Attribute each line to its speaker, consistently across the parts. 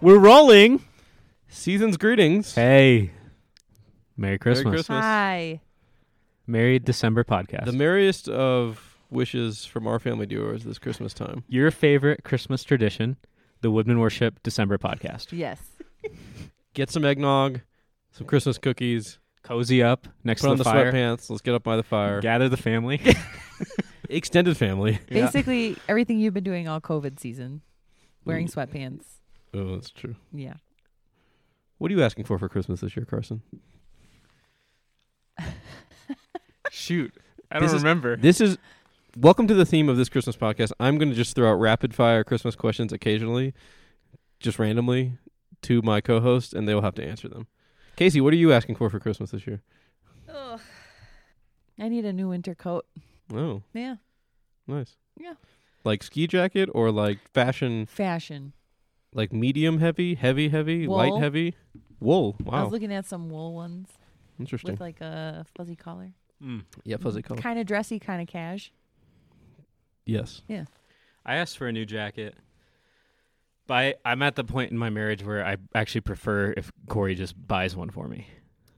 Speaker 1: We're rolling.
Speaker 2: Season's greetings.
Speaker 1: Hey. Merry
Speaker 2: Merry
Speaker 1: Christmas. Merry,
Speaker 2: Christmas.
Speaker 3: Hi.
Speaker 1: December podcast.
Speaker 2: The merriest of wishes from our family viewers this Christmas time.
Speaker 1: Your favorite Christmas tradition, the Woodman Worship December podcast.
Speaker 3: Yes.
Speaker 2: Get some eggnog, some Christmas cookies,
Speaker 1: Cozy up next
Speaker 2: put
Speaker 1: to
Speaker 2: on the
Speaker 1: the, fire.
Speaker 2: sweatpants. Let's get up by the fire.
Speaker 1: Gather the family.
Speaker 2: Extended family.
Speaker 1: Yeah.
Speaker 3: Basically, everything you've been doing all COVID season, wearing
Speaker 2: Mm.
Speaker 3: sweatpants.
Speaker 2: Oh, that's true.
Speaker 3: Yeah.
Speaker 2: What are you asking for for Christmas this year, Carson?
Speaker 1: Shoot. I
Speaker 2: This
Speaker 1: don't
Speaker 2: is-
Speaker 1: remember.
Speaker 2: This is welcome to the theme of this Christmas podcast. I'm going to just throw out rapid fire Christmas questions occasionally, just randomly, to my co-host, and they will have to answer them. Casey, what are you asking for for Christmas this year?
Speaker 3: I need a new winter coat.
Speaker 2: Oh,
Speaker 3: Yeah.
Speaker 2: nice.
Speaker 3: Yeah.
Speaker 2: Like ski jacket or like fashion,
Speaker 3: Fashion.
Speaker 2: like medium heavy, heavy heavy,
Speaker 3: Wool.
Speaker 2: light heavy, wool.
Speaker 3: I
Speaker 2: Wow,
Speaker 3: was looking at some wool ones
Speaker 2: interesting.
Speaker 3: with like a fuzzy collar.
Speaker 1: Mm.
Speaker 2: yeah, fuzzy color.
Speaker 3: Kind of dressy, kind of cash.
Speaker 2: Yes.
Speaker 1: I asked for a new jacket. But I, I'm at the point in my marriage where I actually prefer if Corey just buys one for me.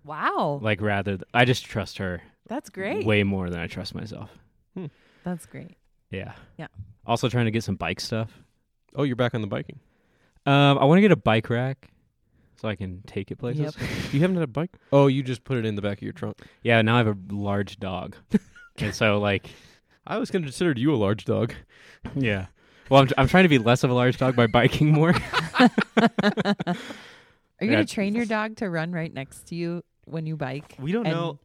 Speaker 3: Wow.
Speaker 1: Like rather, th- I just trust her
Speaker 3: That's great.
Speaker 1: way more than I trust myself.
Speaker 3: That's great.
Speaker 1: Yeah.
Speaker 3: Yeah.
Speaker 1: Also trying to get some bike stuff.
Speaker 2: Oh, you're back on the biking.
Speaker 1: Um, I want to get a bike rack so I can take it places.
Speaker 2: You haven't had a bike. Oh, you just put it in the back of your trunk.
Speaker 1: Yeah, now I have a large dog, and so like,
Speaker 2: I was considered you a large dog.
Speaker 1: yeah. Well, I'm I'm trying to be less of a large dog by biking more.
Speaker 3: Are you
Speaker 1: Yeah.
Speaker 3: going to train your dog to run right next to you when you bike?
Speaker 1: We don't
Speaker 3: And-
Speaker 1: know.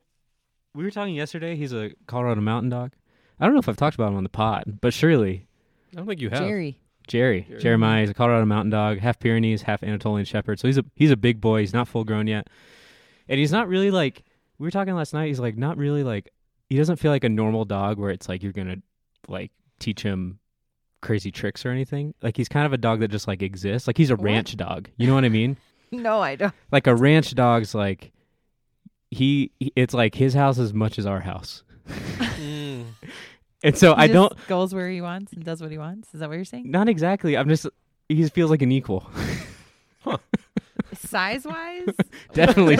Speaker 1: We were talking yesterday. He's a Colorado mountain dog. I don't know if I've talked about him on the pod, but surely
Speaker 2: I don't think you have.
Speaker 3: Jerry.
Speaker 1: Jerry,
Speaker 2: Jerry.
Speaker 1: Jeremiah, he's a Colorado mountain dog, half Pyrenees, half Anatolian Shepherd. So he's a he's a big boy. He's not full grown yet, and he's not really like we were talking last night. He's like not really like he doesn't feel like a normal dog where it's like you're gonna like teach him crazy tricks or anything. Like he's kind of a dog that just like exists. Like he's a
Speaker 3: What?
Speaker 1: ranch dog. You know what I mean?
Speaker 3: No, I don't.
Speaker 1: like a ranch dog's like he, he- it's like his house as much as our house.
Speaker 2: Mm,
Speaker 1: And so
Speaker 3: He
Speaker 1: I
Speaker 3: just
Speaker 1: don't
Speaker 3: Goes where he wants and does what he wants. Is that what you're saying?
Speaker 1: not exactly. I'm just he just feels like an equal.
Speaker 3: Size wise?
Speaker 1: definitely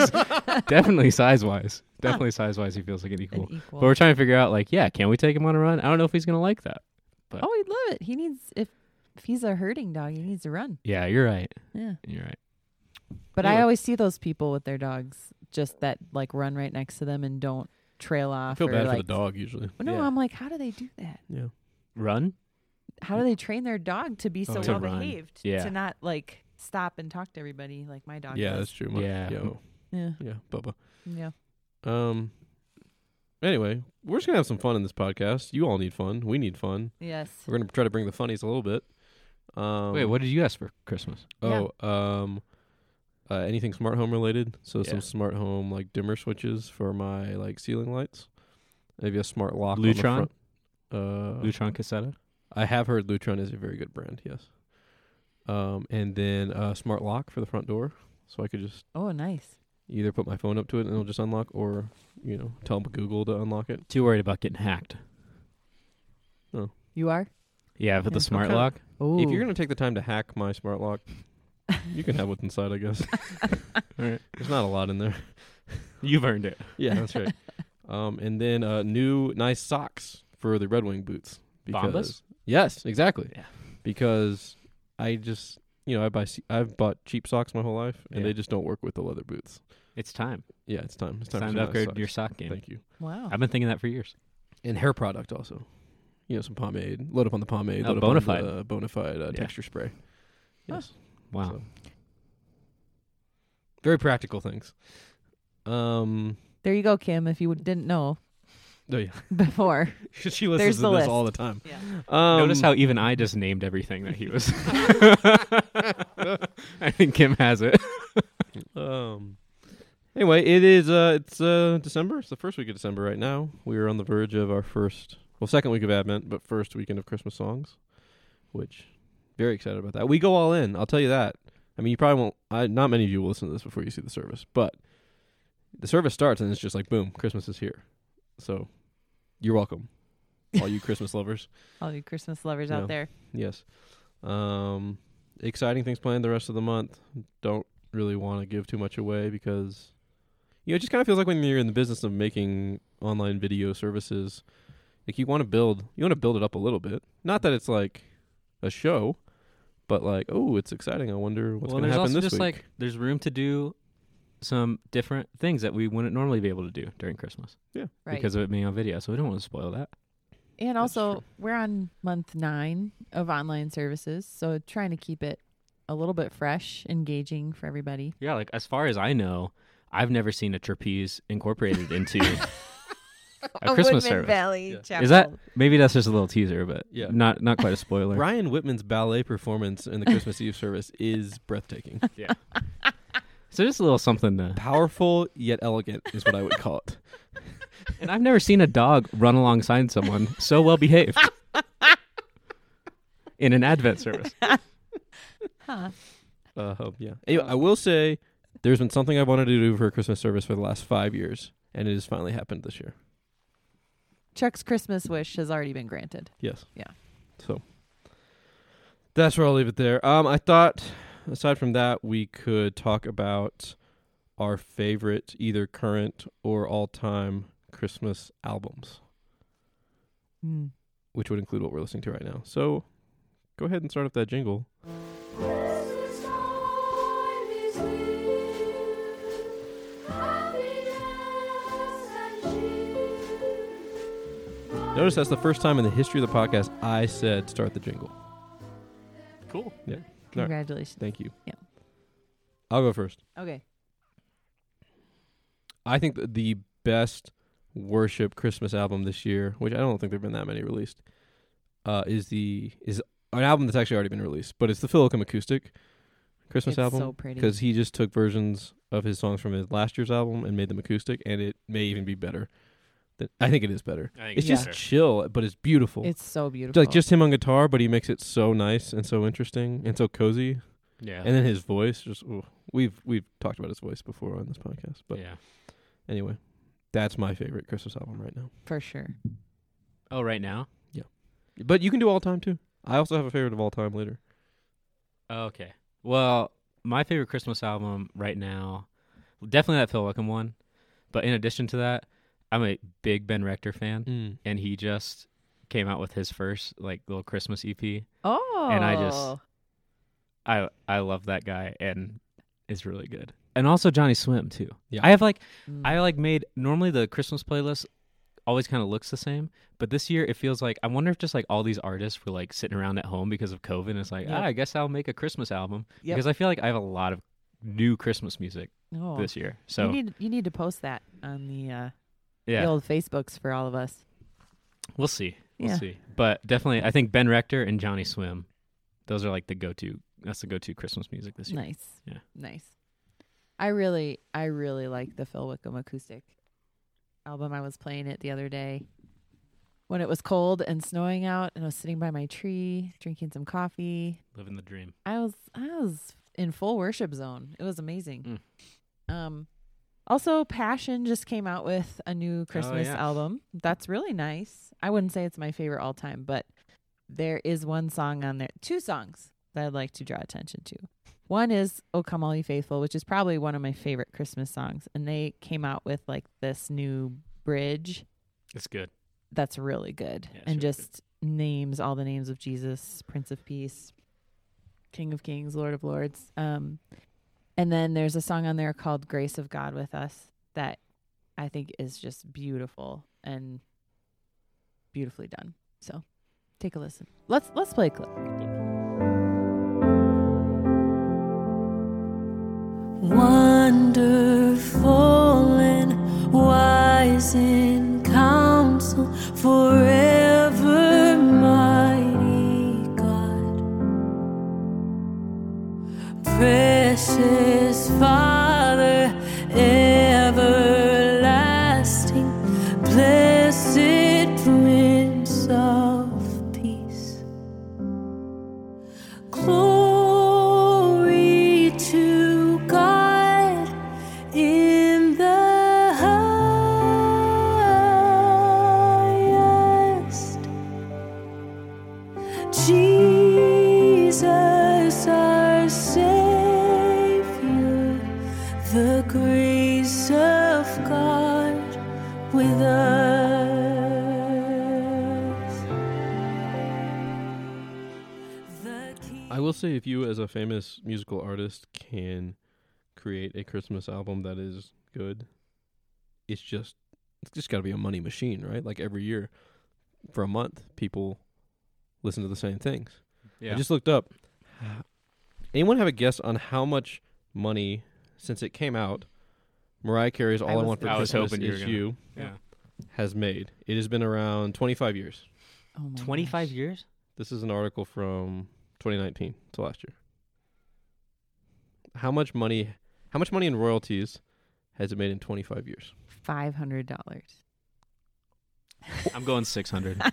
Speaker 1: definitely size wise definitely size wise he feels like an equal
Speaker 3: An equal.
Speaker 1: but we're trying to figure out like yeah can we take him on a run i don't know if he's gonna like that
Speaker 3: Oh, he'd love it. He needs if if he's a herding dog, he needs to run.
Speaker 1: yeah you're right
Speaker 3: Yeah.
Speaker 1: you're right
Speaker 3: But
Speaker 2: Anyway.
Speaker 3: I always see those people with their dogs just that like run right next to them and don't trail
Speaker 2: I
Speaker 3: off.
Speaker 2: feel
Speaker 3: or,
Speaker 2: bad
Speaker 3: like,
Speaker 2: for the dog usually.
Speaker 3: Well, No,
Speaker 1: Yeah.
Speaker 3: I'm like, how do they do that?
Speaker 2: Yeah.
Speaker 1: run
Speaker 3: How do they train their dog to be
Speaker 2: Oh,
Speaker 3: so
Speaker 2: yeah.
Speaker 3: well
Speaker 1: To run.
Speaker 3: behaved?
Speaker 1: Yeah.
Speaker 3: To not like stop and talk to everybody like my dog
Speaker 2: Yeah, that's
Speaker 3: does.
Speaker 2: true. My-
Speaker 1: Yeah.
Speaker 2: Yo.
Speaker 3: Yeah.
Speaker 2: Yeah, Bubba.
Speaker 3: Yeah.
Speaker 2: Um. Anyway, we're just gonna have some fun in this podcast. You all need fun. We need fun.
Speaker 3: Yes.
Speaker 2: We're gonna try to bring the funnies a little bit. Um,
Speaker 1: wait what did you ask for christmas
Speaker 2: Oh, um, uh, anything smart home related? So
Speaker 1: Yeah.
Speaker 2: some smart home like dimmer switches for my like ceiling lights. Maybe a smart lock. On the
Speaker 1: Lutron?
Speaker 2: front. Uh,
Speaker 1: lutron cassetta
Speaker 2: I have heard Lutron is a very good brand. Yes. Um, and then a smart lock for the front door, so I could just
Speaker 3: Oh, nice.
Speaker 2: either put my phone up to it and it'll just unlock, or you know, tell Google to unlock it.
Speaker 1: too worried about getting hacked
Speaker 3: You are?
Speaker 1: yeah for
Speaker 3: Yeah.
Speaker 1: the smart
Speaker 2: Okay.
Speaker 1: lock
Speaker 3: Oh.
Speaker 2: If you're gonna take the time to hack my smart lock, you can have what's inside, I guess.
Speaker 1: all right
Speaker 2: There's not a lot in there.
Speaker 1: you've earned it
Speaker 2: Yeah, that's right. Um, and then uh, new nice socks for the Red Wing boots.
Speaker 1: Bombas?
Speaker 2: Yes, exactly.
Speaker 1: Yeah.
Speaker 2: Because I just you know I buy se- I've bought cheap socks my whole life and
Speaker 1: Yeah.
Speaker 2: they just don't work with the leather boots.
Speaker 1: it's time
Speaker 2: Yeah, it's time. It's
Speaker 1: it's
Speaker 2: time,
Speaker 1: time,
Speaker 2: for some
Speaker 1: to
Speaker 2: nice
Speaker 1: upgrade
Speaker 2: socks.
Speaker 1: your sock game
Speaker 2: Thank you.
Speaker 3: wow.
Speaker 1: i've been thinking that for years
Speaker 2: and hair product also. You know, some pomade. Load up on the pomade.
Speaker 1: Oh,
Speaker 2: load up on
Speaker 1: Bonafide.
Speaker 2: the uh, bonafide uh,
Speaker 1: Yeah.
Speaker 2: texture spray.
Speaker 1: Huh.
Speaker 2: Yes,
Speaker 1: wow
Speaker 2: So- very practical things. Um,
Speaker 3: there you go, Kim, if you didn't know
Speaker 2: oh yeah,
Speaker 3: before.
Speaker 2: she listens
Speaker 3: There's
Speaker 2: to
Speaker 3: the
Speaker 2: this
Speaker 3: list.
Speaker 2: all the time.
Speaker 3: yeah.
Speaker 2: Um,
Speaker 1: Notice how even I just named everything that he was. I think Kim has it.
Speaker 2: Um, anyway, it is. Uh, it's uh, December. It's the first week of December right now. We are on the verge of our first, well, second week of Advent, but first weekend of Christmas songs, which very excited about that. We go all in. I'll tell you that. I mean, you probably won't. I, not many of you will listen to this before you see the service, but the service starts and it's just like boom, Christmas is here. So, you're welcome, all you Christmas lovers.
Speaker 3: All you Christmas lovers
Speaker 2: No.
Speaker 3: out there.
Speaker 2: Yes. Um, exciting things planned the rest of the month. Don't really want to give too much away because you know, it just kind of feels like when you're in the business of making online video services, like you want to build, you want to build it up a little bit. Not that it's like a show, but like, oh, it's exciting. I wonder what's
Speaker 1: well,
Speaker 2: going
Speaker 1: there's
Speaker 2: to happen
Speaker 1: also
Speaker 2: this
Speaker 1: just
Speaker 2: week.
Speaker 1: like there's room to do some different things that we wouldn't normally be able to do during Christmas
Speaker 3: right?
Speaker 1: because of it being on video. So we don't want to spoil that.
Speaker 3: and
Speaker 2: that's
Speaker 3: also
Speaker 2: true.
Speaker 3: we're on month nine of online services, so trying to keep it a little bit fresh, engaging for everybody.
Speaker 1: Yeah, like as far as I know, I've never seen a trapeze incorporated into a Christmas service.
Speaker 4: Valley
Speaker 2: Yeah.
Speaker 4: Chapel.
Speaker 1: Is that maybe that's just a little teaser, but
Speaker 2: Yeah.
Speaker 1: not not quite a spoiler.
Speaker 2: Ryan Whitman's ballet performance in the Christmas Eve service is breathtaking.
Speaker 1: So just a little something to.
Speaker 2: Powerful yet elegant is what I would call it.
Speaker 1: And I've never seen a dog run alongside someone so well behaved in an Advent service.
Speaker 3: Huh.
Speaker 2: Uh, hope, yeah. Anyway, I will say there's been something I wanted to do for a Christmas service for the last five years, and it has finally happened this year.
Speaker 3: Chuck's Christmas wish has already been granted.
Speaker 2: Yes.
Speaker 3: Yeah.
Speaker 2: So that's where I'll leave it there. Um, I thought aside from that, we could talk about our favorite, either current or all-time Christmas albums,
Speaker 3: Hmm.
Speaker 2: which would include what we're listening to right now. So go ahead and start up that jingle.
Speaker 5: Christmas time is near. Happiness and cheer.
Speaker 2: Notice that's the first time in the history of the podcast I said start the jingle.
Speaker 1: Cool.
Speaker 2: Yeah.
Speaker 3: Congratulations.
Speaker 2: Thank you.
Speaker 3: Yeah.
Speaker 2: I'll go first.
Speaker 3: Okay.
Speaker 2: I think that the best worship Christmas album this year, which I don't think there've been that many released, uh, is the is an album that's actually already been released, but it's the Phil Oakham acoustic Christmas
Speaker 3: it's so
Speaker 2: album
Speaker 3: pretty.
Speaker 2: because he just took versions of his songs from his last year's album and made them acoustic, and it may even be better. Than, I think it is better.
Speaker 1: I think
Speaker 2: It's
Speaker 3: Yeah.
Speaker 2: just chill, but it's beautiful.
Speaker 3: It's so beautiful.
Speaker 2: like just him on guitar, but he makes it so nice and so interesting and so cozy.
Speaker 1: yeah.
Speaker 2: And then his voice, just ooh, we've we've talked about his voice before on this podcast, but
Speaker 1: yeah.
Speaker 2: Anyway, that's my favorite Christmas album right now.
Speaker 3: for sure.
Speaker 1: Oh, right now.
Speaker 2: But you can do all time too. I also have a favorite of all time later.
Speaker 1: Oh, okay. Well, my favorite Christmas album right now, definitely that Phil Wickham one. But in addition to that, I'm a big Ben Rector fan,
Speaker 2: Mm.
Speaker 1: and he just came out with his first like little Christmas EP.
Speaker 3: Oh.
Speaker 1: I just- I I love that guy, and it's really good. And also Johnny Swim too.
Speaker 2: Yeah.
Speaker 1: I have like
Speaker 3: Mm.
Speaker 1: I like made normally the Christmas playlist always kind of looks the same, but this year it feels like I wonder if just like all these artists were like sitting around at home because of COVID. And it's like
Speaker 3: Yep.
Speaker 1: ah, I guess I'll make a Christmas album
Speaker 3: Yep.
Speaker 1: because I feel like I have a lot of new Christmas music
Speaker 3: Oh.
Speaker 1: this year. So
Speaker 3: you need you need to post that on the uh,
Speaker 1: yeah,
Speaker 3: the old Facebooks for all of us.
Speaker 1: we'll see, we'll
Speaker 3: Yeah.
Speaker 1: see. But definitely, I think Ben Rector and Johnny Swim, those are like the go-to. That's the go-to Christmas music this year.
Speaker 3: Nice.
Speaker 1: Yeah.
Speaker 3: Nice. I really I really like the Phil Wickham acoustic album. I was playing it the other day when it was cold and snowing out and I was sitting by my tree drinking some coffee.
Speaker 1: Living the dream.
Speaker 3: I was I was in full worship zone. It was amazing. Um also Passion just came out with a new Christmas
Speaker 1: yeah.
Speaker 3: album. That's really nice. I wouldn't say it's my favorite all time, but there is one song on there, two songs that I'd like to draw attention to. One is "O Come All Ye Faithful," which is probably one of my favorite Christmas songs, and they came out with like this new bridge
Speaker 1: It's good.
Speaker 3: that's really good
Speaker 1: Yeah, it's
Speaker 3: and
Speaker 1: really good.
Speaker 3: just names all the names of Jesus, Prince of Peace, King of Kings, Lord of Lords. Um, and then there's a song on there called "Grace of God with Us" that I think is just beautiful and beautifully done. So take a listen. Let's let's play a clip.
Speaker 5: Wonderful and wise in counsel, forever mighty God. Precious Father, everlasting, blessed Prince of Peace. Glory to God in the highest. Jesus
Speaker 6: Jesus, our Savior, the grace of God with us. The
Speaker 2: I will say, if you, as a famous musical artist, can create a Christmas album that is good, it's just it's just got to be a money machine, right? Like every year, for a month, people listen to the same things.
Speaker 1: Yeah.
Speaker 2: I just looked up. Anyone have a guess on how much money since it came out? Mariah Carey's "All
Speaker 3: I
Speaker 2: I,
Speaker 3: was-
Speaker 2: Want for
Speaker 1: I was
Speaker 2: Christmas
Speaker 1: hoping you
Speaker 2: Is
Speaker 1: were gonna-
Speaker 2: You"
Speaker 1: yeah.
Speaker 2: has made. It has been around 25 years.
Speaker 3: Oh my
Speaker 1: Twenty five
Speaker 3: gosh.
Speaker 1: years.
Speaker 2: This is an article from 2019 to last year. How much money? How much money in royalties has it made in 25 years?
Speaker 3: Five hundred dollars.
Speaker 1: I'm going six hundred.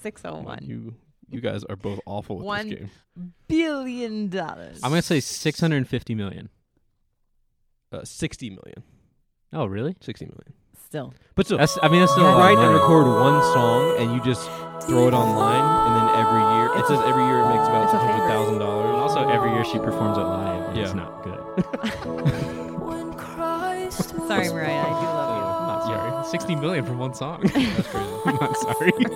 Speaker 3: Six oh one
Speaker 2: You you guys are both awful with
Speaker 3: One.
Speaker 2: this game.
Speaker 3: billion dollars.
Speaker 1: I'm gonna say six hundred and fifty million.
Speaker 2: Uh, 60 million.
Speaker 1: Oh, really?
Speaker 2: 60 million.
Speaker 3: still.
Speaker 2: But still,
Speaker 1: That's. I mean, that's
Speaker 2: you
Speaker 1: still a lot of
Speaker 2: write and
Speaker 1: money.
Speaker 2: record one song, and you just throw it online, and then every year it says every year it makes about
Speaker 3: It's a
Speaker 2: six
Speaker 3: favorite.
Speaker 2: hundred thousand dollars.
Speaker 1: Also, every year she performs it live. And It's
Speaker 2: Yeah.
Speaker 1: not good.
Speaker 6: When Christ was
Speaker 3: Sorry, Mariah. I do love
Speaker 1: I'm not sorry. Sixty million for one song. That's crazy. I'm not sorry.
Speaker 3: you.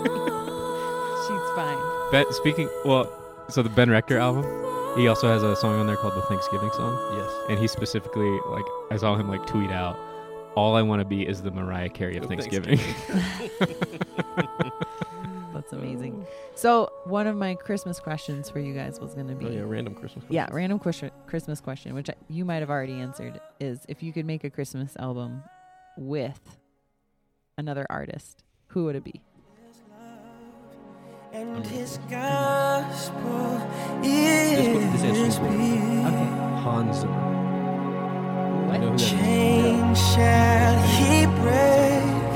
Speaker 3: She's fine.
Speaker 1: Ben, speaking. Well, so the Ben Rector album. He also has a song on there called the Thanksgiving song,
Speaker 2: Yes.
Speaker 1: and he specifically like I saw him like tweet out, "All I want to be is the Mariah Carey of
Speaker 2: Of
Speaker 1: Thanksgiving."
Speaker 3: That's amazing. So one of my Christmas questions for you guys was gonna be
Speaker 2: Oh yeah, random Christmas.
Speaker 3: Yeah,
Speaker 2: questions.
Speaker 3: random question, Christmas question, which I- you might have already answered, is if you could make a Christmas album with another artist, who would it be?
Speaker 5: And his gospel
Speaker 2: This- this answers
Speaker 5: is
Speaker 2: the
Speaker 5: peace.
Speaker 2: Hans Zimmer. I know who that is.
Speaker 5: Chain shall he break,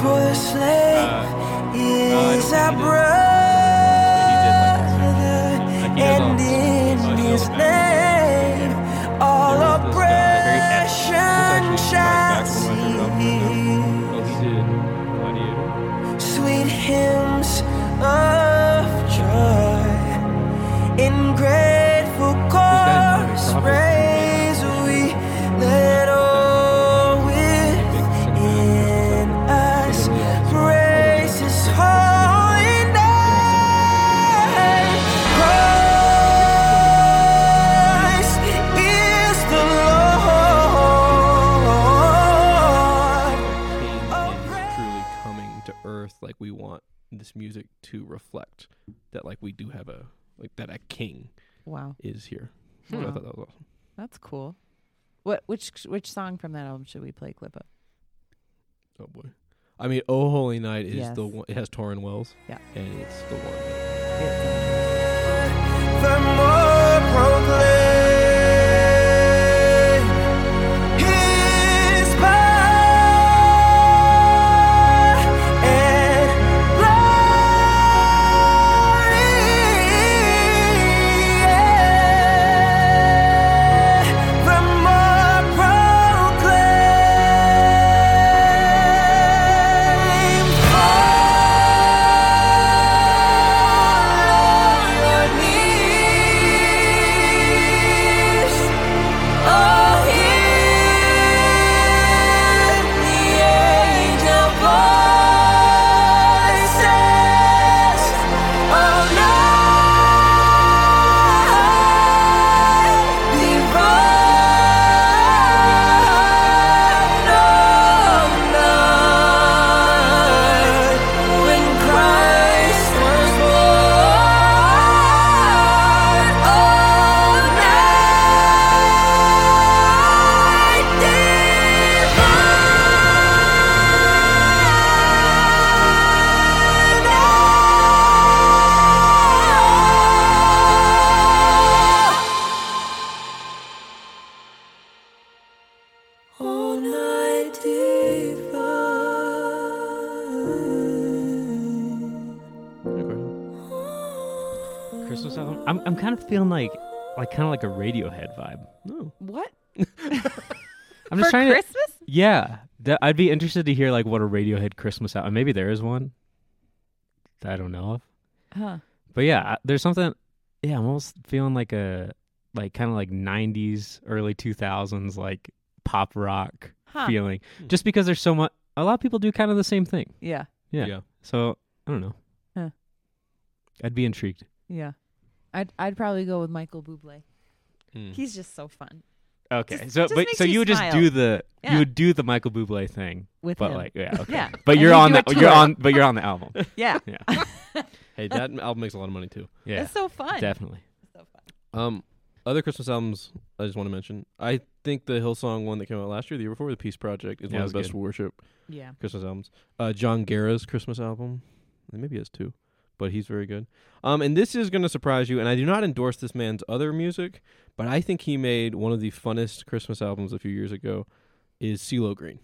Speaker 5: for the slave is our brother,
Speaker 2: he does all
Speaker 5: and
Speaker 2: this.
Speaker 5: in
Speaker 2: Oh, he's
Speaker 5: his
Speaker 2: all about
Speaker 5: name
Speaker 2: There
Speaker 5: all
Speaker 2: is this guy,
Speaker 5: oppression
Speaker 2: This actually
Speaker 5: shall
Speaker 2: ties back to one of my favorite albums,
Speaker 5: cease.
Speaker 2: Oh, he did. Gladiator.
Speaker 5: sweet hymns of joy in grateful chorus praise we let all within us praise his holy name Christ is the Lord
Speaker 2: King
Speaker 5: Oh,
Speaker 2: is
Speaker 5: praise-
Speaker 2: truly coming to earth like we want this music to reflect that like we do have a like that a king
Speaker 3: Wow,
Speaker 2: is here. So I
Speaker 3: Wow.
Speaker 2: thought that was awesome.
Speaker 3: that's cool. What which which song from that album should we play clip of?
Speaker 2: Oh boy. I mean, Oh Holy Night is
Speaker 3: Yes.
Speaker 2: the one it has Torrin Wells.
Speaker 3: Yeah.
Speaker 2: And it's the one.
Speaker 5: the more proclaim His power and glory. The more proclaim Oh, Oh, Oh, when Christ was born, all night divine. All night divine.
Speaker 2: Okay.
Speaker 1: Christmas album. I'm I'm kind of feeling like like kind of like a Radiohead vibe.
Speaker 2: No.
Speaker 3: What
Speaker 1: I'm just
Speaker 3: for
Speaker 1: trying to.
Speaker 3: Christmas?
Speaker 1: Yeah, that, I'd be interested to hear like what a Radiohead Christmas album. Maybe there is one. that I don't know of.
Speaker 3: Huh.
Speaker 1: But yeah, I- there's something yeah, I'm almost feeling like a like kind of like 90s, early 2000s like pop rock
Speaker 3: Huh.
Speaker 1: feeling.
Speaker 2: Hmm.
Speaker 1: Just because there's so much, a lot of people do kind of the same thing.
Speaker 3: Yeah.
Speaker 1: Yeah. So I don't know.
Speaker 3: Huh.
Speaker 1: I'd be intrigued.
Speaker 3: Yeah. I'd I'd probably go with Michael Bublé.
Speaker 2: Mm.
Speaker 3: He's just so fun
Speaker 1: Okay.
Speaker 3: Just-
Speaker 1: so
Speaker 3: just
Speaker 1: but
Speaker 3: makes
Speaker 1: so
Speaker 3: you
Speaker 1: you would just
Speaker 3: smile.
Speaker 1: do the
Speaker 3: Yeah.
Speaker 1: you would do the Michael Bublé thing,
Speaker 3: with
Speaker 1: but
Speaker 3: him.
Speaker 1: like yeah. Okay.
Speaker 3: yeah.
Speaker 1: But
Speaker 3: And
Speaker 1: you're
Speaker 3: you
Speaker 1: on
Speaker 3: do a
Speaker 1: the you're
Speaker 3: tour.
Speaker 1: on but you're on the album.
Speaker 3: Yeah.
Speaker 2: Hey, that album makes a lot of money too.
Speaker 1: Yeah.
Speaker 3: It's so fun.
Speaker 1: Definitely.
Speaker 3: It's so fun.
Speaker 2: Um, other Christmas albums I just want to mention. I think the Hillsong one that came out last year, the year before, the Peace Project, is
Speaker 1: Yeah,
Speaker 2: one
Speaker 1: it
Speaker 2: of the
Speaker 1: was
Speaker 2: best
Speaker 1: good.
Speaker 2: worship
Speaker 3: Yeah.
Speaker 2: Christmas albums. Uh, John Guerra's Christmas album, and maybe he has two, but he's very good. Um, and this is going to surprise you. And I do not endorse this man's other music, but I think he made one of the funnest Christmas albums a few years ago. Is CeeLo Green?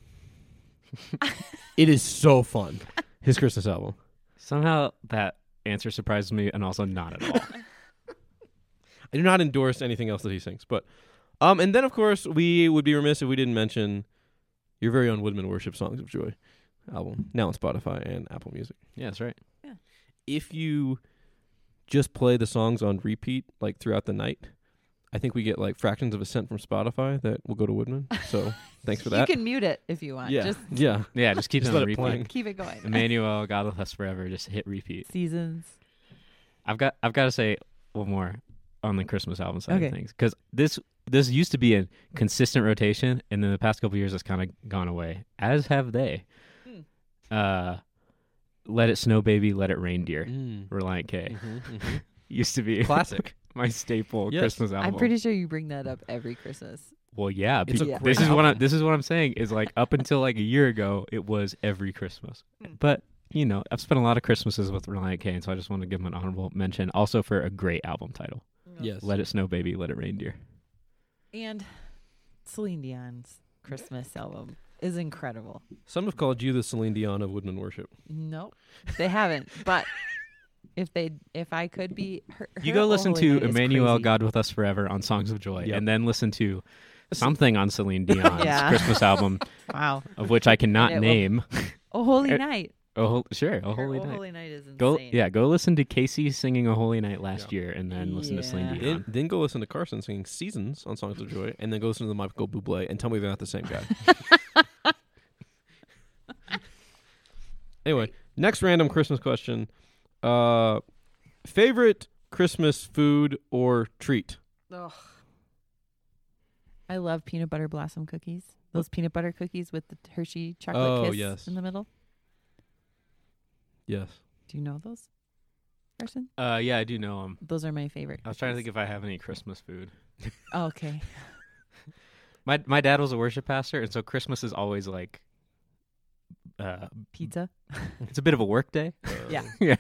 Speaker 2: it is so fun. His Christmas album.
Speaker 1: Somehow that answer surprises me and also not at all.
Speaker 2: I do not endorse anything else that he sings, but um, and then of course we would be remiss if we didn't mention your very own Woodman Worship Songs of Joy album, now on Spotify and Apple Music.
Speaker 1: yeah, that's right.
Speaker 2: If you just play the songs on repeat like throughout the night, I think we get like fractions of a cent from Spotify that will go to Woodman. So thanks for that.
Speaker 3: You can mute it if you want.
Speaker 2: yeah,
Speaker 3: Just
Speaker 2: yeah.
Speaker 1: Yeah, just keep
Speaker 2: Just
Speaker 1: it on
Speaker 2: let it play.
Speaker 1: repeat.
Speaker 3: keep it going.
Speaker 1: Emmanuel, God with us forever. Just hit repeat.
Speaker 3: Seasons.
Speaker 1: I've got I've got to say one more on the Christmas album side
Speaker 3: Okay.
Speaker 1: of things because this this used to be a consistent rotation, and then the past couple years it's kind of gone away. As have they.
Speaker 3: Hmm.
Speaker 1: Uh, let it snow, baby. Let it rain, dear.
Speaker 2: Mm.
Speaker 1: Reliant K
Speaker 3: Mm-hmm,
Speaker 2: Mhm, mhm.
Speaker 1: used to be
Speaker 2: Classic.
Speaker 1: my staple
Speaker 2: Yes.
Speaker 1: Christmas album.
Speaker 3: I'm pretty sure you bring that up every Christmas.
Speaker 1: well, yeah.
Speaker 2: It's a
Speaker 1: be-
Speaker 3: Yeah.
Speaker 2: great
Speaker 1: this is what I'm
Speaker 2: album.
Speaker 1: this is what I'm saying is like up until like a year ago it was every Christmas,
Speaker 3: Mm.
Speaker 1: but you know I've spent a lot of Christmases with Reliant K, and so I just want to give him an honorable mention also for a great album title.
Speaker 2: Yes.
Speaker 1: Let it snow, baby. Let it rain, dear.
Speaker 3: And Celine Dion's Christmas album is incredible.
Speaker 2: Some have called you the Celine Dion of Woodman Worship.
Speaker 3: Nope, they haven't. But if they, if I could be, her,
Speaker 1: You
Speaker 3: her
Speaker 1: go listen
Speaker 3: Holy
Speaker 1: to
Speaker 3: Night is
Speaker 1: Emmanuel,
Speaker 3: crazy.
Speaker 1: God with us forever on Songs of Joy,
Speaker 2: Yep.
Speaker 1: and then listen to something on Celine Dion's
Speaker 3: Yeah.
Speaker 1: Christmas album,
Speaker 3: Wow,
Speaker 1: of which I cannot
Speaker 3: It will-
Speaker 1: name.
Speaker 3: Oh Holy
Speaker 1: Er,
Speaker 3: Night.
Speaker 1: Oh, ho- sure, a
Speaker 3: Her
Speaker 1: holy
Speaker 3: Oh
Speaker 1: night.
Speaker 3: Holy Night is insane.
Speaker 1: Go, yeah, go listen to Casey singing a holy night last year, and then listen to
Speaker 3: Yeah.
Speaker 1: Celine
Speaker 2: Then,
Speaker 1: Dion.
Speaker 2: then go listen to Carson singing Seasons on Songs of Joy, and then go listen to the Michael Bublé and tell me they're not the same guy. anyway, next random Christmas question. Uh, favorite Christmas food or treat?
Speaker 3: Ugh. I love peanut butter blossom cookies. Those peanut butter cookies with the Hershey chocolate
Speaker 2: Oh,
Speaker 3: kiss
Speaker 2: yes.
Speaker 3: in the middle.
Speaker 2: Yes.
Speaker 3: Do you know those, Carson?
Speaker 1: Uh, yeah, I do know him.
Speaker 3: Those are my favorite.
Speaker 1: I was trying to think if I have any Christmas food.
Speaker 3: Oh, okay.
Speaker 1: My my dad was a worship pastor, and so Christmas is always like, uh,
Speaker 3: Pizza.
Speaker 1: it's a bit of a work day.
Speaker 3: Yeah.
Speaker 1: yeah.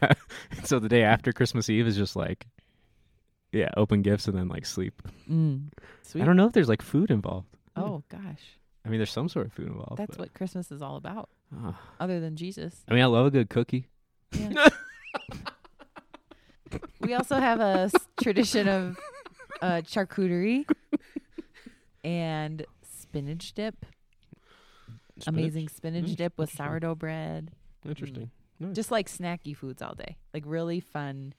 Speaker 1: So the day after Christmas Eve is just like, yeah, open gifts and then like sleep.
Speaker 3: Mm. Sweet.
Speaker 1: I don't know if there's like food involved.
Speaker 3: Oh gosh,
Speaker 1: I mean, there's some sort of food involved.
Speaker 3: that's
Speaker 1: but-
Speaker 3: what Christmas is all about.
Speaker 1: Ah.
Speaker 3: Other than Jesus,
Speaker 1: I mean, I love a good cookie.
Speaker 3: we also have a s- tradition of uh, charcuterie and spinach dip.
Speaker 2: Spinach?
Speaker 3: Amazing spinach
Speaker 2: Mm,
Speaker 3: dip with
Speaker 2: interesting.
Speaker 3: sourdough bread.
Speaker 2: Interesting.
Speaker 1: Mm.
Speaker 3: Just like snacky foods all day, like really fun,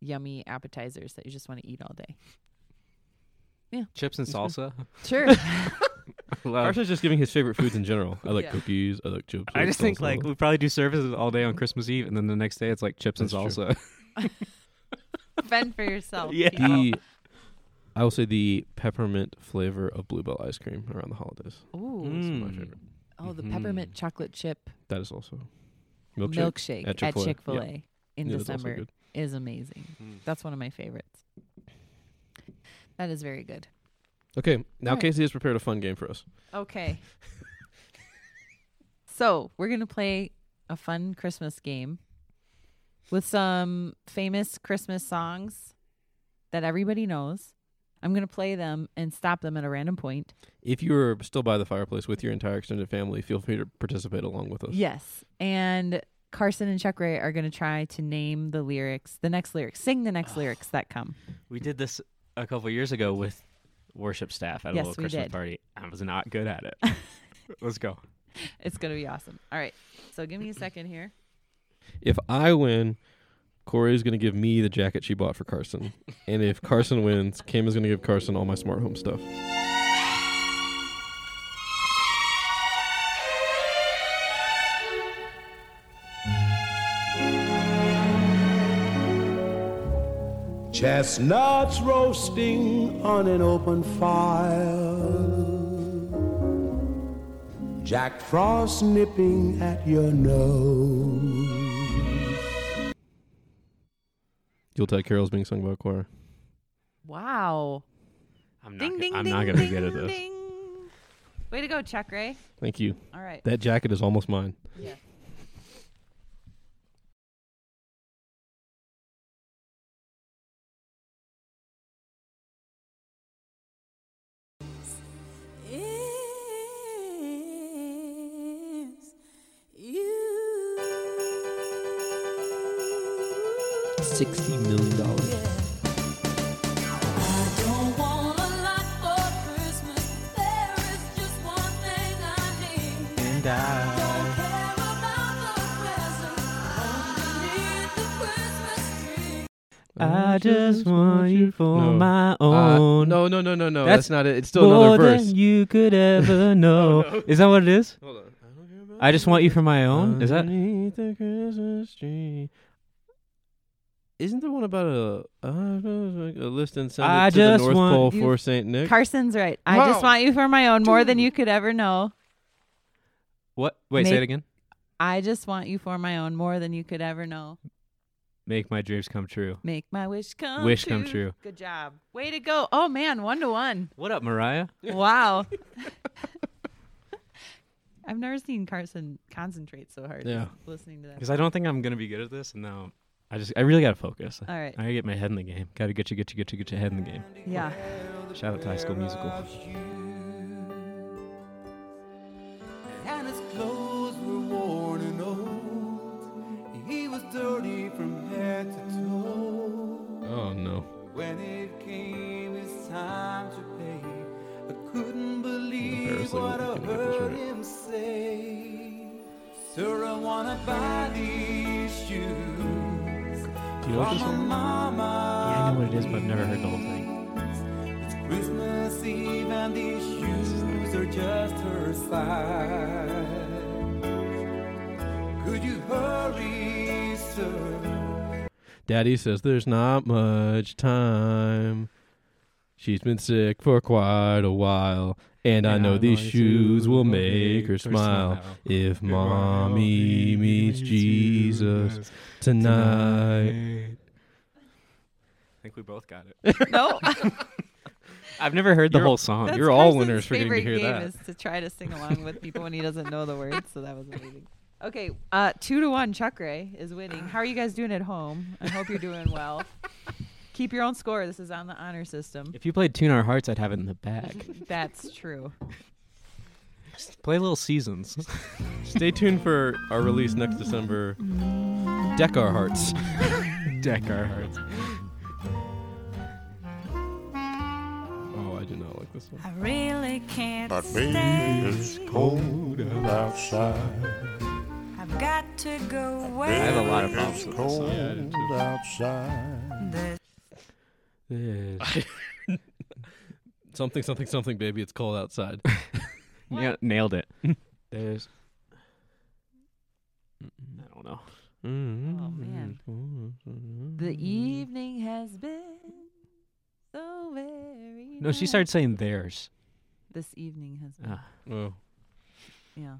Speaker 3: yummy appetizers that you just want to eat all day.
Speaker 1: Chips and salsa.
Speaker 3: Sure.
Speaker 1: love.
Speaker 2: Carson's just giving his favorite foods in general. I like
Speaker 3: Yeah.
Speaker 2: cookies. I like chips.
Speaker 1: Um, I just
Speaker 2: like
Speaker 1: think like
Speaker 2: salsa.
Speaker 1: we probably do services all day on Christmas Eve, and then the next day it's like chips and
Speaker 2: That's
Speaker 1: salsa.
Speaker 3: Fend for yourself.
Speaker 1: Yeah.
Speaker 3: people.
Speaker 2: the. I will say the peppermint flavor of Bluebell ice cream around the holidays.
Speaker 3: Ooh.
Speaker 2: That's my
Speaker 1: Mm.
Speaker 2: favorite.
Speaker 3: Oh, the
Speaker 1: Mhm.
Speaker 3: peppermint chocolate chip
Speaker 2: That is also Mm-hmm. milkshake.
Speaker 3: milkshake,
Speaker 2: At
Speaker 3: at
Speaker 2: Chick-fil-A.
Speaker 3: Chick fil A
Speaker 2: Yeah.
Speaker 3: in
Speaker 2: Yeah, that's also
Speaker 3: December
Speaker 2: good.
Speaker 3: is amazing. That's one of my favorites. That is very good.
Speaker 2: Okay, now
Speaker 3: Alright.
Speaker 2: Casey has prepared a fun game for us.
Speaker 3: Okay. so we're gonna play a fun Christmas game with some famous Christmas songs that everybody knows. I'm gonna play them and stop them at a random point.
Speaker 2: If you are still by the fireplace with your entire extended family, feel free to participate along with us.
Speaker 3: Yes. And Carson and Chuck Ray are gonna try to name the lyrics, the next lyrics, sing the
Speaker 2: Ah.
Speaker 3: next lyrics that come.
Speaker 1: We did this a couple years ago with worship staff at
Speaker 3: Yes,
Speaker 1: a little
Speaker 3: we
Speaker 1: Christmas
Speaker 3: did.
Speaker 1: party. I was not good at it. Let's go.
Speaker 3: It's gonna be awesome. All right. So give me a second here.
Speaker 2: If I win, Corey's gonna give me the jacket she bought for Carson, and if Carson wins, Kim is gonna give Carson all my smart home stuff.
Speaker 7: Chestnuts roasting on an open fire. Jack Frost nipping at your nose.
Speaker 2: Yuletide carols being sung by a choir.
Speaker 3: Wow.
Speaker 1: I'm
Speaker 3: Ding, ding,
Speaker 1: I'm
Speaker 3: ding,
Speaker 1: not gonna
Speaker 3: ding,
Speaker 1: be good at this.
Speaker 3: ding. Way to go, Chuck Ray.
Speaker 2: Thank you.
Speaker 3: All right.
Speaker 2: That jacket is almost mine.
Speaker 3: Yeah.
Speaker 6: Is you.
Speaker 2: Sixty million dollars.
Speaker 6: Don't want a lot for Christmas. There is just one thing I need. And I don't care about the presents underneath the Christmas tree.
Speaker 1: I just want you for
Speaker 2: No.
Speaker 1: my
Speaker 2: Uh,
Speaker 1: own.
Speaker 2: no, no, no, no, no. That's,
Speaker 1: That's
Speaker 2: not it. It's still
Speaker 1: more
Speaker 2: another verse.
Speaker 1: than you could ever know. Is that what it is?
Speaker 2: Hold on. I don't care about
Speaker 1: I just want you for my own. Is that?
Speaker 2: Underneath the Christmas tree? Isn't there one about a, uh, a list and send it
Speaker 1: I
Speaker 2: to the
Speaker 1: just
Speaker 2: North
Speaker 1: want
Speaker 2: Pole
Speaker 1: you-
Speaker 2: for Saint Nick?
Speaker 3: Carson's right. I just
Speaker 2: Wow.
Speaker 3: want you for my own more than you could ever know.
Speaker 1: What? Wait, say
Speaker 3: Make-
Speaker 1: it again.
Speaker 3: I just want you for my own more than you could ever know.
Speaker 1: Make my dreams come true.
Speaker 3: Make my wish come
Speaker 1: Wish
Speaker 3: true.
Speaker 1: come true.
Speaker 3: Good job. Way to go. Oh man, one to one.
Speaker 1: What up, Mariah?
Speaker 3: Wow. I've never seen Carson concentrate so hard.
Speaker 2: Yeah.
Speaker 3: just Listening to that.
Speaker 1: Because I don't think I'm gonna be good at this, and now I just I really gotta focus.
Speaker 3: All right.
Speaker 1: I gotta get my head in the game. Gotta get you, get you, get you, get your head in the game.
Speaker 3: Yeah.
Speaker 1: Shout out to High School Musical.
Speaker 7: And his clothes were worn and old. He was dirty from head to toe.
Speaker 2: Oh no.
Speaker 7: When it came his time to pay, I couldn't believe
Speaker 2: Embarrassing.
Speaker 7: what I
Speaker 2: Can I get this
Speaker 7: heard
Speaker 2: right?
Speaker 7: him say. Sir, I wanna buy these shoes.
Speaker 1: Do you know what this
Speaker 7: From
Speaker 1: is?
Speaker 7: my mama.
Speaker 1: Yeah, I know what it is, but I've never heard the whole thing.
Speaker 7: It's Christmas Eve and these shoes are just her size. Could you hurry, sir?
Speaker 2: Daddy says there's not much time. She's been sick for quite a while, and, I know these shoes will make her smile. If mommy meets Jesus tonight.
Speaker 1: I think we both got it.
Speaker 3: No.
Speaker 1: I've never heard the
Speaker 2: You're-
Speaker 1: whole song.
Speaker 3: That's
Speaker 2: You're all
Speaker 3: Carson's
Speaker 2: winners for getting to
Speaker 3: favorite
Speaker 2: hear
Speaker 3: game
Speaker 2: that.
Speaker 3: Is to try to sing along with people when he doesn't know the words. So that was amazing. Okay, uh, two to one. Chuck Ray is winning. How are you guys doing at home? I hope you're doing well. Keep your own score. This is on the honor system.
Speaker 1: If you played Tune Our Hearts, I'd have it in the bag.
Speaker 3: That's true.
Speaker 1: Play Little Seasons.
Speaker 2: Stay tuned for our release next December. Deck our hearts.
Speaker 1: Deck Our Hearts.
Speaker 2: Oh, I do not like this one.
Speaker 6: I really can't
Speaker 8: But baby,
Speaker 6: stay.
Speaker 8: it's cold outside.
Speaker 6: I've got to go
Speaker 8: I
Speaker 6: away.
Speaker 1: have a lot of
Speaker 8: It's
Speaker 1: problems with this song.
Speaker 8: cold outside.
Speaker 1: Yeah,
Speaker 2: Something, something, something, baby. It's cold outside.
Speaker 1: nailed it. There's. I don't know.
Speaker 2: Oh,
Speaker 3: man.
Speaker 1: Mm-hmm.
Speaker 3: The evening has been so very.
Speaker 1: No, she
Speaker 3: nice.
Speaker 1: started saying theirs.
Speaker 3: This evening has been.
Speaker 1: Ah.
Speaker 2: Oh.
Speaker 3: Yeah.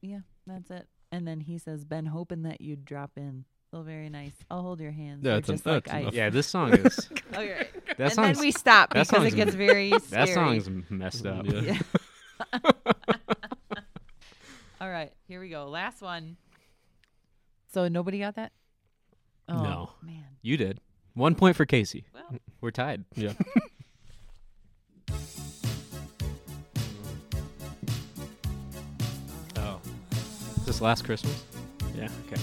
Speaker 3: Yeah, that's it. And then he says, "Been hoping that you'd drop in." So very nice. I'll hold your hands. They're
Speaker 2: That's en-
Speaker 3: just like
Speaker 2: that's
Speaker 3: ice.
Speaker 2: enough.
Speaker 1: Yeah, this song is.
Speaker 3: Okay.
Speaker 1: That
Speaker 3: and then
Speaker 1: song's
Speaker 3: we stop
Speaker 1: that
Speaker 3: because it
Speaker 1: song's-
Speaker 3: gets very
Speaker 1: that
Speaker 3: scary.
Speaker 1: song's messed up.
Speaker 2: Yeah.
Speaker 3: Yeah. All right, here we go. Last one. So nobody got that? Oh,
Speaker 1: No.
Speaker 3: man.
Speaker 1: You did. One point for Casey.
Speaker 3: Well,
Speaker 1: We're tied.
Speaker 2: Yeah.
Speaker 1: Oh. Is this last Christmas? Yeah. Okay.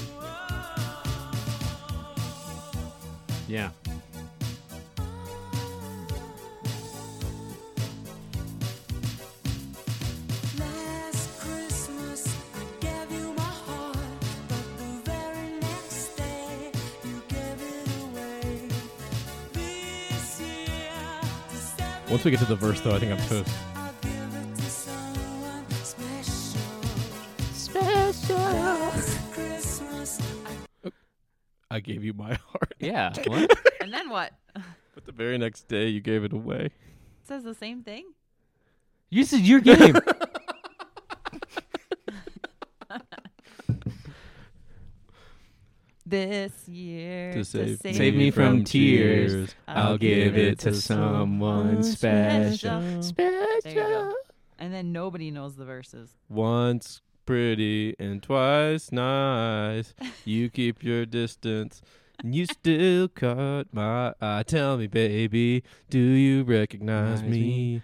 Speaker 1: Yeah.
Speaker 6: Last Christmas I gave you my heart, but the very next day
Speaker 2: Once we get to the verse, though, I think I'm toast.
Speaker 6: I'll give it to someone special. Christmas.
Speaker 2: I gave you my heart.
Speaker 1: Yeah. What?
Speaker 3: and then what? It
Speaker 2: But the very next day, you gave it away.
Speaker 3: says the same thing.
Speaker 1: this is your game.
Speaker 3: This year to save,
Speaker 1: Save me from tears, I'll give it to someone
Speaker 3: someone
Speaker 1: special.
Speaker 3: special. There you
Speaker 2: Special.
Speaker 3: go. And then nobody knows the verses.
Speaker 2: Once pretty and twice nice. You keep your distance. and You still caught my eye. Tell me, baby, do you recognize
Speaker 1: Recognize me?
Speaker 2: me?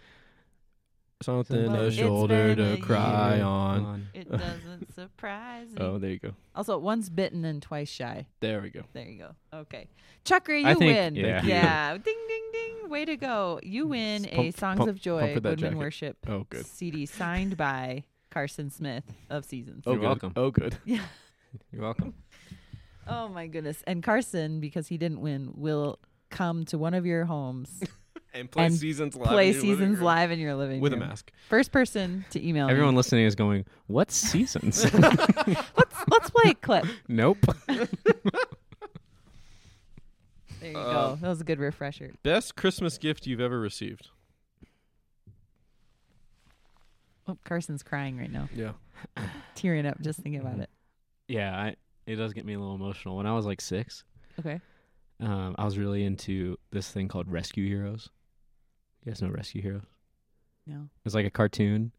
Speaker 2: Something
Speaker 3: Well,
Speaker 2: a
Speaker 3: it's
Speaker 2: shoulder
Speaker 3: been a
Speaker 2: to cry
Speaker 3: year.
Speaker 2: on.
Speaker 3: It doesn't surprise me.
Speaker 2: Oh, there you go.
Speaker 3: Also, once bitten and twice shy.
Speaker 2: There we go.
Speaker 3: There you go. Okay. Chuckery, you
Speaker 1: I think-
Speaker 3: win.
Speaker 1: yeah. Thank
Speaker 2: you.
Speaker 3: Ding, ding, ding. Way to go. You win a
Speaker 2: pump-
Speaker 3: Songs
Speaker 2: pump-
Speaker 3: of Joy
Speaker 2: pump for that
Speaker 3: Woodman
Speaker 2: jacket.
Speaker 3: Worship
Speaker 2: Oh, good.
Speaker 3: CD signed by Carson Smith of Seasons.
Speaker 2: Oh,
Speaker 1: You're
Speaker 2: good.
Speaker 1: welcome.
Speaker 2: Oh, good.
Speaker 3: Yeah.
Speaker 1: You're welcome.
Speaker 3: Oh, my goodness. And Carson, because he didn't win, will come to one of your homes,
Speaker 2: And play
Speaker 3: And
Speaker 2: seasons live.
Speaker 3: play Seasons live in your living
Speaker 2: with a
Speaker 3: room.
Speaker 2: mask.
Speaker 3: First person to email me.
Speaker 1: Everyone listening is going, "What's seasons?"
Speaker 3: Let's, let's play a clip.
Speaker 1: nope.
Speaker 3: There you
Speaker 2: Uh,
Speaker 3: go. That was a good refresher.
Speaker 2: Best Christmas gift you've ever received.
Speaker 3: Oh, Carson's crying right now,
Speaker 2: Yeah.
Speaker 3: tearing up just thinking
Speaker 1: Mm-hmm.
Speaker 3: about it.
Speaker 1: Yeah, I, it does get me a little emotional. When I was like six,
Speaker 3: Okay.
Speaker 1: um, I was really into this thing called Rescue Heroes. You guys know Rescue Heroes?
Speaker 3: No.
Speaker 1: It was like a cartoon,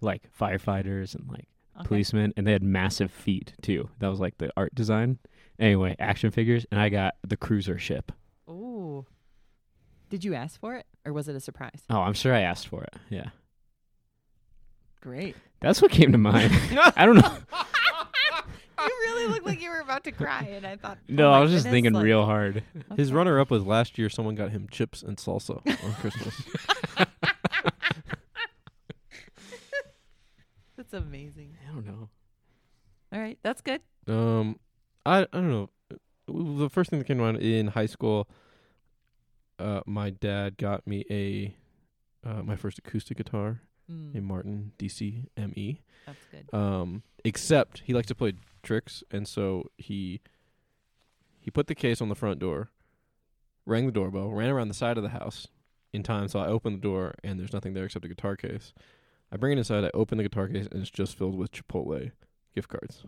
Speaker 1: like firefighters and like
Speaker 3: Okay.
Speaker 1: policemen, and they had massive feet too. That was like the art design. Anyway, action figures, and I got the cruiser ship.
Speaker 3: Ooh. Did you ask for it or was it a surprise?
Speaker 1: Oh, I'm sure I asked for it. Yeah,
Speaker 3: Great.
Speaker 1: that's what came to mind. I don't
Speaker 3: Oh
Speaker 1: know.
Speaker 3: you really looked like you were about to cry, and I thought.
Speaker 1: No,
Speaker 3: oh my
Speaker 1: I was just
Speaker 3: goodness,
Speaker 1: thinking
Speaker 3: like-
Speaker 1: real hard.
Speaker 2: His runner up was last year someone got him chips and salsa on Christmas.
Speaker 3: That's amazing.
Speaker 1: I don't know.
Speaker 3: All right, that's good.
Speaker 2: Um, I I don't know. W- The first thing that came to mind in high school, uh, my dad got me a uh, my first acoustic guitar,
Speaker 3: Mm,
Speaker 2: a Martin DC ME.
Speaker 3: that's
Speaker 1: uh,
Speaker 3: good.
Speaker 2: Um, except he likes to play tricks, and so he he put the case on the front door, rang the doorbell, ran around the side of the house in time. So I open the door, and there's nothing there except a guitar case. I bring it inside. I open the guitar case, and it's just filled with Chipotle gift cards,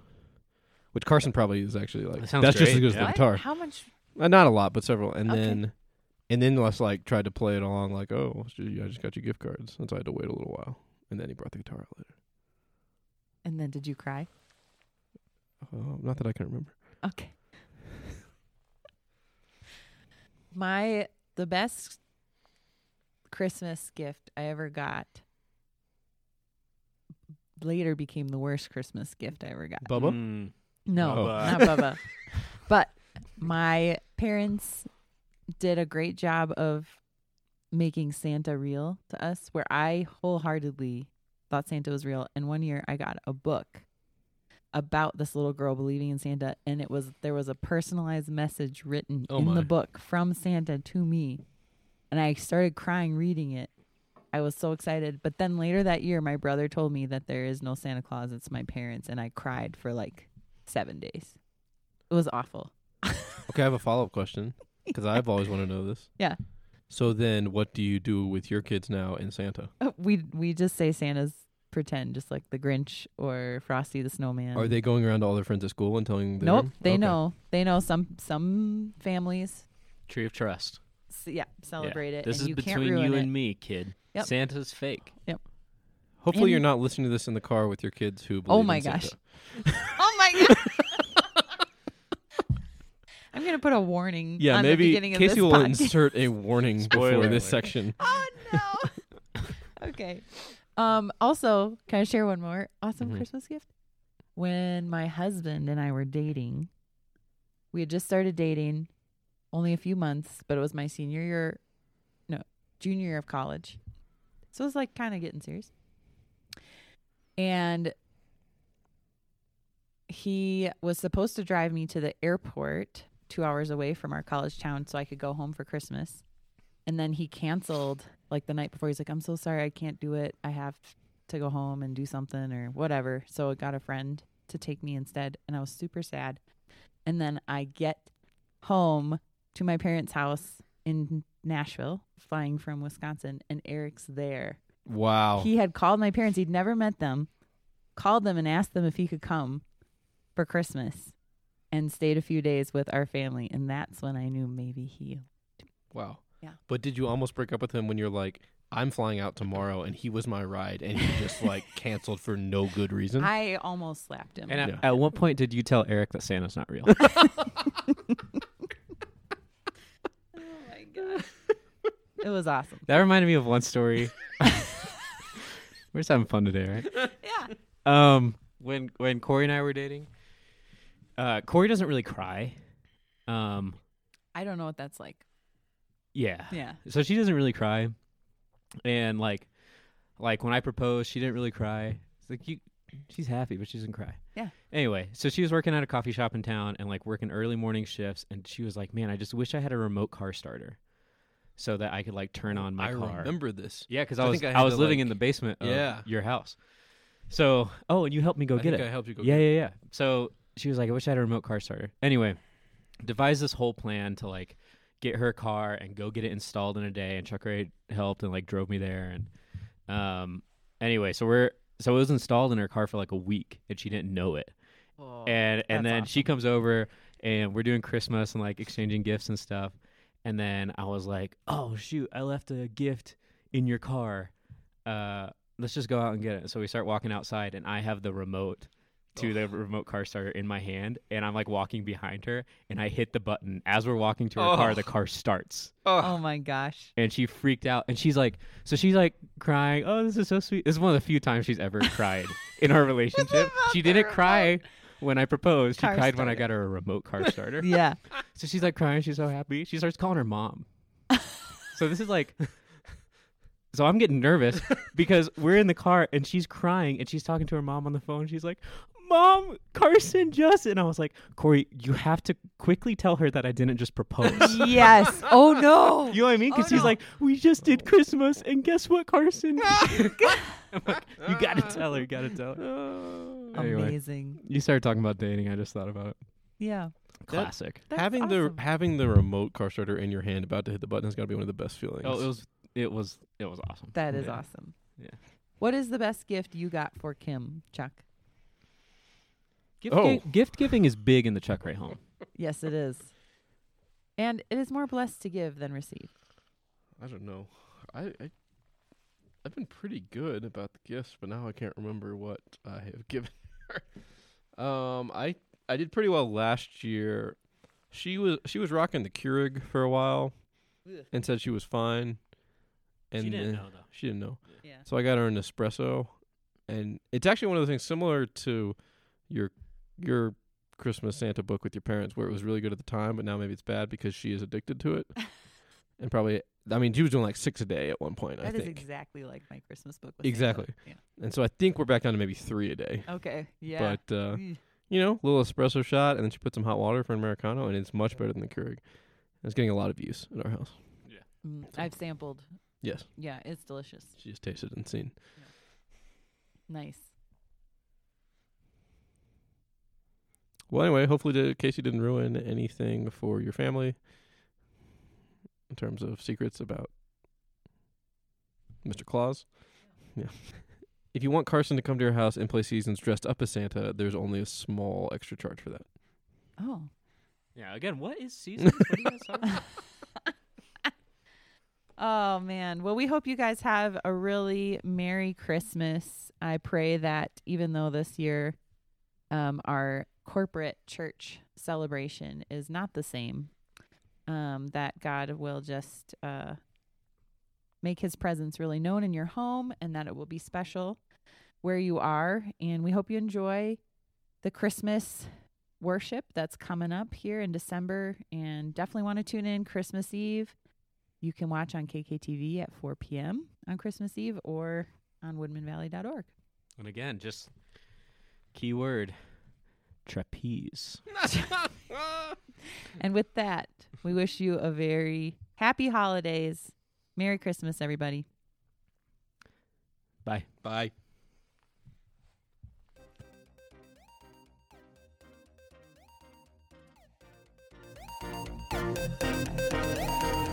Speaker 2: which Carson probably is actually like.
Speaker 1: That
Speaker 2: That's
Speaker 1: sounds
Speaker 2: just as
Speaker 1: great,
Speaker 2: good as the
Speaker 1: yeah.
Speaker 2: guitar.
Speaker 3: How much?
Speaker 2: Uh, not a lot, but several. And
Speaker 3: Okay.
Speaker 2: then, and then Les like tried to play it along, like, "Oh, I just got you gift cards," and so I had to wait a little while. And then he brought the guitar out later.
Speaker 3: And then did you cry?
Speaker 2: Uh, not that I can remember.
Speaker 3: Okay. My the best Christmas gift I ever got later became the worst Christmas gift I ever got.
Speaker 2: Bubba.
Speaker 3: No,
Speaker 2: Bubba.
Speaker 3: not Bubba. but my parents did a great job of making Santa real to us, where I wholeheartedly thought Santa was real. And one year I got a book about this little girl believing in Santa, and it was there was a personalized message written
Speaker 2: Oh
Speaker 3: in
Speaker 2: my.
Speaker 3: the book from Santa to me, and I started crying reading it. I was so excited, but then later that year, my brother told me that there is no Santa Claus. It's my parents, and I cried for like seven days. It was awful.
Speaker 2: Okay, I have a follow up question because I've always wanted to know this.
Speaker 3: Yeah.
Speaker 2: So then, what do you do with your kids now in Santa?
Speaker 3: We we just say Santa's pretend, just like the Grinch or Frosty the Snowman.
Speaker 2: Are they going around to all their friends at school and telling them?
Speaker 3: Nope, they
Speaker 2: Okay.
Speaker 3: know. They know some some families.
Speaker 1: Tree of trust.
Speaker 3: s- yeah, celebrate it.
Speaker 1: This
Speaker 3: and
Speaker 1: is
Speaker 3: you can't
Speaker 1: between
Speaker 3: ruin
Speaker 1: you
Speaker 3: it.
Speaker 1: and me, kid.
Speaker 3: Yep.
Speaker 1: Santa's fake.
Speaker 2: Hopefully, you're
Speaker 3: And-
Speaker 2: not listening to this in the car with your kids who. Believe
Speaker 3: Oh my
Speaker 2: in Santa.
Speaker 3: gosh. oh my gosh. I'm gonna put a warning.
Speaker 2: Yeah,
Speaker 3: on the
Speaker 2: maybe
Speaker 3: beginning of
Speaker 2: Casey
Speaker 3: this
Speaker 2: will
Speaker 3: podcast.
Speaker 2: insert a warning before
Speaker 1: Spoiler
Speaker 2: this
Speaker 1: alert.
Speaker 2: section.
Speaker 3: Oh no. okay. Um also, can I share one more awesome
Speaker 2: Mhm.
Speaker 3: Christmas gift? When my husband and I were dating, we had just started dating only a few months, but it was my senior year no, junior year of college. So it was like kind of getting serious. And he was supposed to drive me to the airport 2 hours away from our college town so I could go home for Christmas. And then he canceled like the night before he's like i'm so sorry i can't do it i have to go home and do something or whatever so i got a friend to take me instead and i was super sad and then i get home to my parents house in nashville flying from wisconsin and eric's there
Speaker 2: Wow.
Speaker 3: he had called my parents. He'd never met them. Called them and asked them if he could come for Christmas and stayed a few days with our family. And that's when I knew maybe he.
Speaker 2: wow.
Speaker 3: Yeah.
Speaker 2: But did you almost break up with him when you're like, I'm flying out tomorrow and he was my ride and he just like canceled for no good reason?
Speaker 3: I almost slapped him.
Speaker 1: And at-
Speaker 2: Yeah.
Speaker 1: at what point did you tell Eric that Santa's not real?
Speaker 2: Oh
Speaker 3: it was awesome.
Speaker 1: that reminded me of one story. We're just having fun today, right?
Speaker 3: Yeah.
Speaker 1: Um, when when Corey and I were dating, uh, Corey doesn't really cry. Um,
Speaker 3: I don't know what that's like.
Speaker 1: yeah.
Speaker 3: Yeah.
Speaker 1: So she doesn't really cry, and like, like when I proposed, she didn't really cry. It's like you, she's happy, but she doesn't cry.
Speaker 3: Yeah.
Speaker 1: Anyway, so she was working at a coffee shop in town and like working early morning shifts, and she was like, "Man, I just wish I had a remote car starter, so that I could like turn on my
Speaker 2: I
Speaker 1: car."
Speaker 2: remember this.
Speaker 1: Yeah, because
Speaker 2: I
Speaker 1: I was
Speaker 2: think I
Speaker 1: I,
Speaker 2: had
Speaker 1: was
Speaker 2: to,
Speaker 1: living in
Speaker 2: like-
Speaker 1: the basement of
Speaker 2: Yeah.
Speaker 1: your house. So oh, and you helped me go
Speaker 2: I
Speaker 1: get
Speaker 2: think
Speaker 1: it.
Speaker 2: I helped you go
Speaker 1: yeah,
Speaker 2: get
Speaker 1: yeah, yeah. So she was like, I wish I had a remote car starter. Anyway, devised this whole plan to like get her car and go get it installed in a day. And Chuck Ray helped and like drove me there. And um, anyway, so we're so it was installed in her car for like a week, and she didn't know it. and and
Speaker 3: that's
Speaker 1: then she comes over, and we're doing Christmas and like exchanging gifts and stuff. And then I was like, oh shoot, I left a gift in your car. Uh, let's just go out and get it. So we start walking outside, and I have the remote to the remote car starter in my hand, and I'm like walking behind her, and I hit the button. As we're walking to her car,
Speaker 2: Oh.
Speaker 1: the car starts,
Speaker 3: Oh my gosh.
Speaker 1: and she freaked out, and she's like, so she's like crying. Oh, this is so sweet. This is one of the few times she's ever cried in our relationship. She didn't cry. When I proposed, she
Speaker 3: car
Speaker 1: cried when I
Speaker 3: starter.
Speaker 1: got her a remote car starter.
Speaker 3: Yeah.
Speaker 1: So she's like crying. She's so happy. She starts calling her mom. so this is like. So I'm getting nervous because we're in the car and she's crying and she's talking to her mom on the phone. She's like, "Mom, Carson just," and I was like, "Corey, you have to quickly tell her that I didn't just propose."
Speaker 3: yes. Oh no.
Speaker 1: You know what I mean? Because
Speaker 3: Oh,
Speaker 1: he's
Speaker 3: no.
Speaker 1: like, "We just did Christmas, and guess what, Carson?" I'm like, "You gotta tell her. You gotta tell her."
Speaker 3: Oh.
Speaker 1: Anyway.
Speaker 3: Amazing.
Speaker 1: You started talking about dating. I just thought about it.
Speaker 3: Yeah.
Speaker 1: Classic.
Speaker 3: That's
Speaker 2: having
Speaker 3: awesome.
Speaker 2: the having the remote car starter in your hand about to hit the button has got to be one of the best feelings.
Speaker 1: Oh, it was, it was, it was awesome.
Speaker 3: That is
Speaker 2: Yeah.
Speaker 3: awesome.
Speaker 1: Yeah.
Speaker 3: What is the best gift you got for Kim, Chuck?
Speaker 1: Gift,
Speaker 2: Oh.
Speaker 1: gi- gift giving is big in the Chuck Ray home.
Speaker 3: Yes, it is. And it is more blessed to give than receive.
Speaker 2: I don't know. I, I I've been pretty good about the gifts, but now I can't remember what I have given her. Um, I I did pretty well last year. She was she was rocking the Keurig for a while, and said she was fine. And then-
Speaker 1: though.
Speaker 2: She didn't know.
Speaker 3: Yeah.
Speaker 2: So I got her an espresso, and it's actually one of the things similar to your your Christmas Santa book with your parents, where it was really good at the time, but now maybe it's bad because she is addicted to it, and probably I mean she was doing like six a day at one point. I
Speaker 3: That is
Speaker 2: think
Speaker 3: exactly like my Christmas book. With
Speaker 2: Santa. Exactly. and so I think we're back down to maybe three a day.
Speaker 3: Okay. Yeah.
Speaker 2: But uh, you know, little espresso shot, and then she put some hot water for an americano, and it's much better than the Keurig. It's getting a lot of use at our house.
Speaker 3: Mm, I've sampled.
Speaker 2: Yes,
Speaker 3: Yeah, it's delicious.
Speaker 2: she just tasted and seen.
Speaker 3: Nice.
Speaker 2: Well, anyway, hopefully the- Casey didn't ruin anything for your family in terms of secrets about Mr. Claus. Yeah. If you want Carson to come to your house and play seasons dressed up as Santa, there's only a small extra charge for that.
Speaker 3: Oh.
Speaker 1: Yeah. Again, what is season?
Speaker 3: Oh man. Well, we hope you guys have a really merry Christmas. I pray that even though this year um our corporate church celebration is not the same, um that God will just uh make his presence really known in your home and that it will be special where you are and we hope you enjoy the Christmas worship that's coming up here in December and definitely want to tune in Christmas Eve you can watch on KKTV at 4 p.m. on Christmas Eve or on woodmanvalley.org.
Speaker 1: and again, just keyword trapeze.
Speaker 3: And with that, we wish you a very happy holidays Merry Christmas, everybody.
Speaker 1: Bye.
Speaker 2: Bye.
Speaker 6: Thank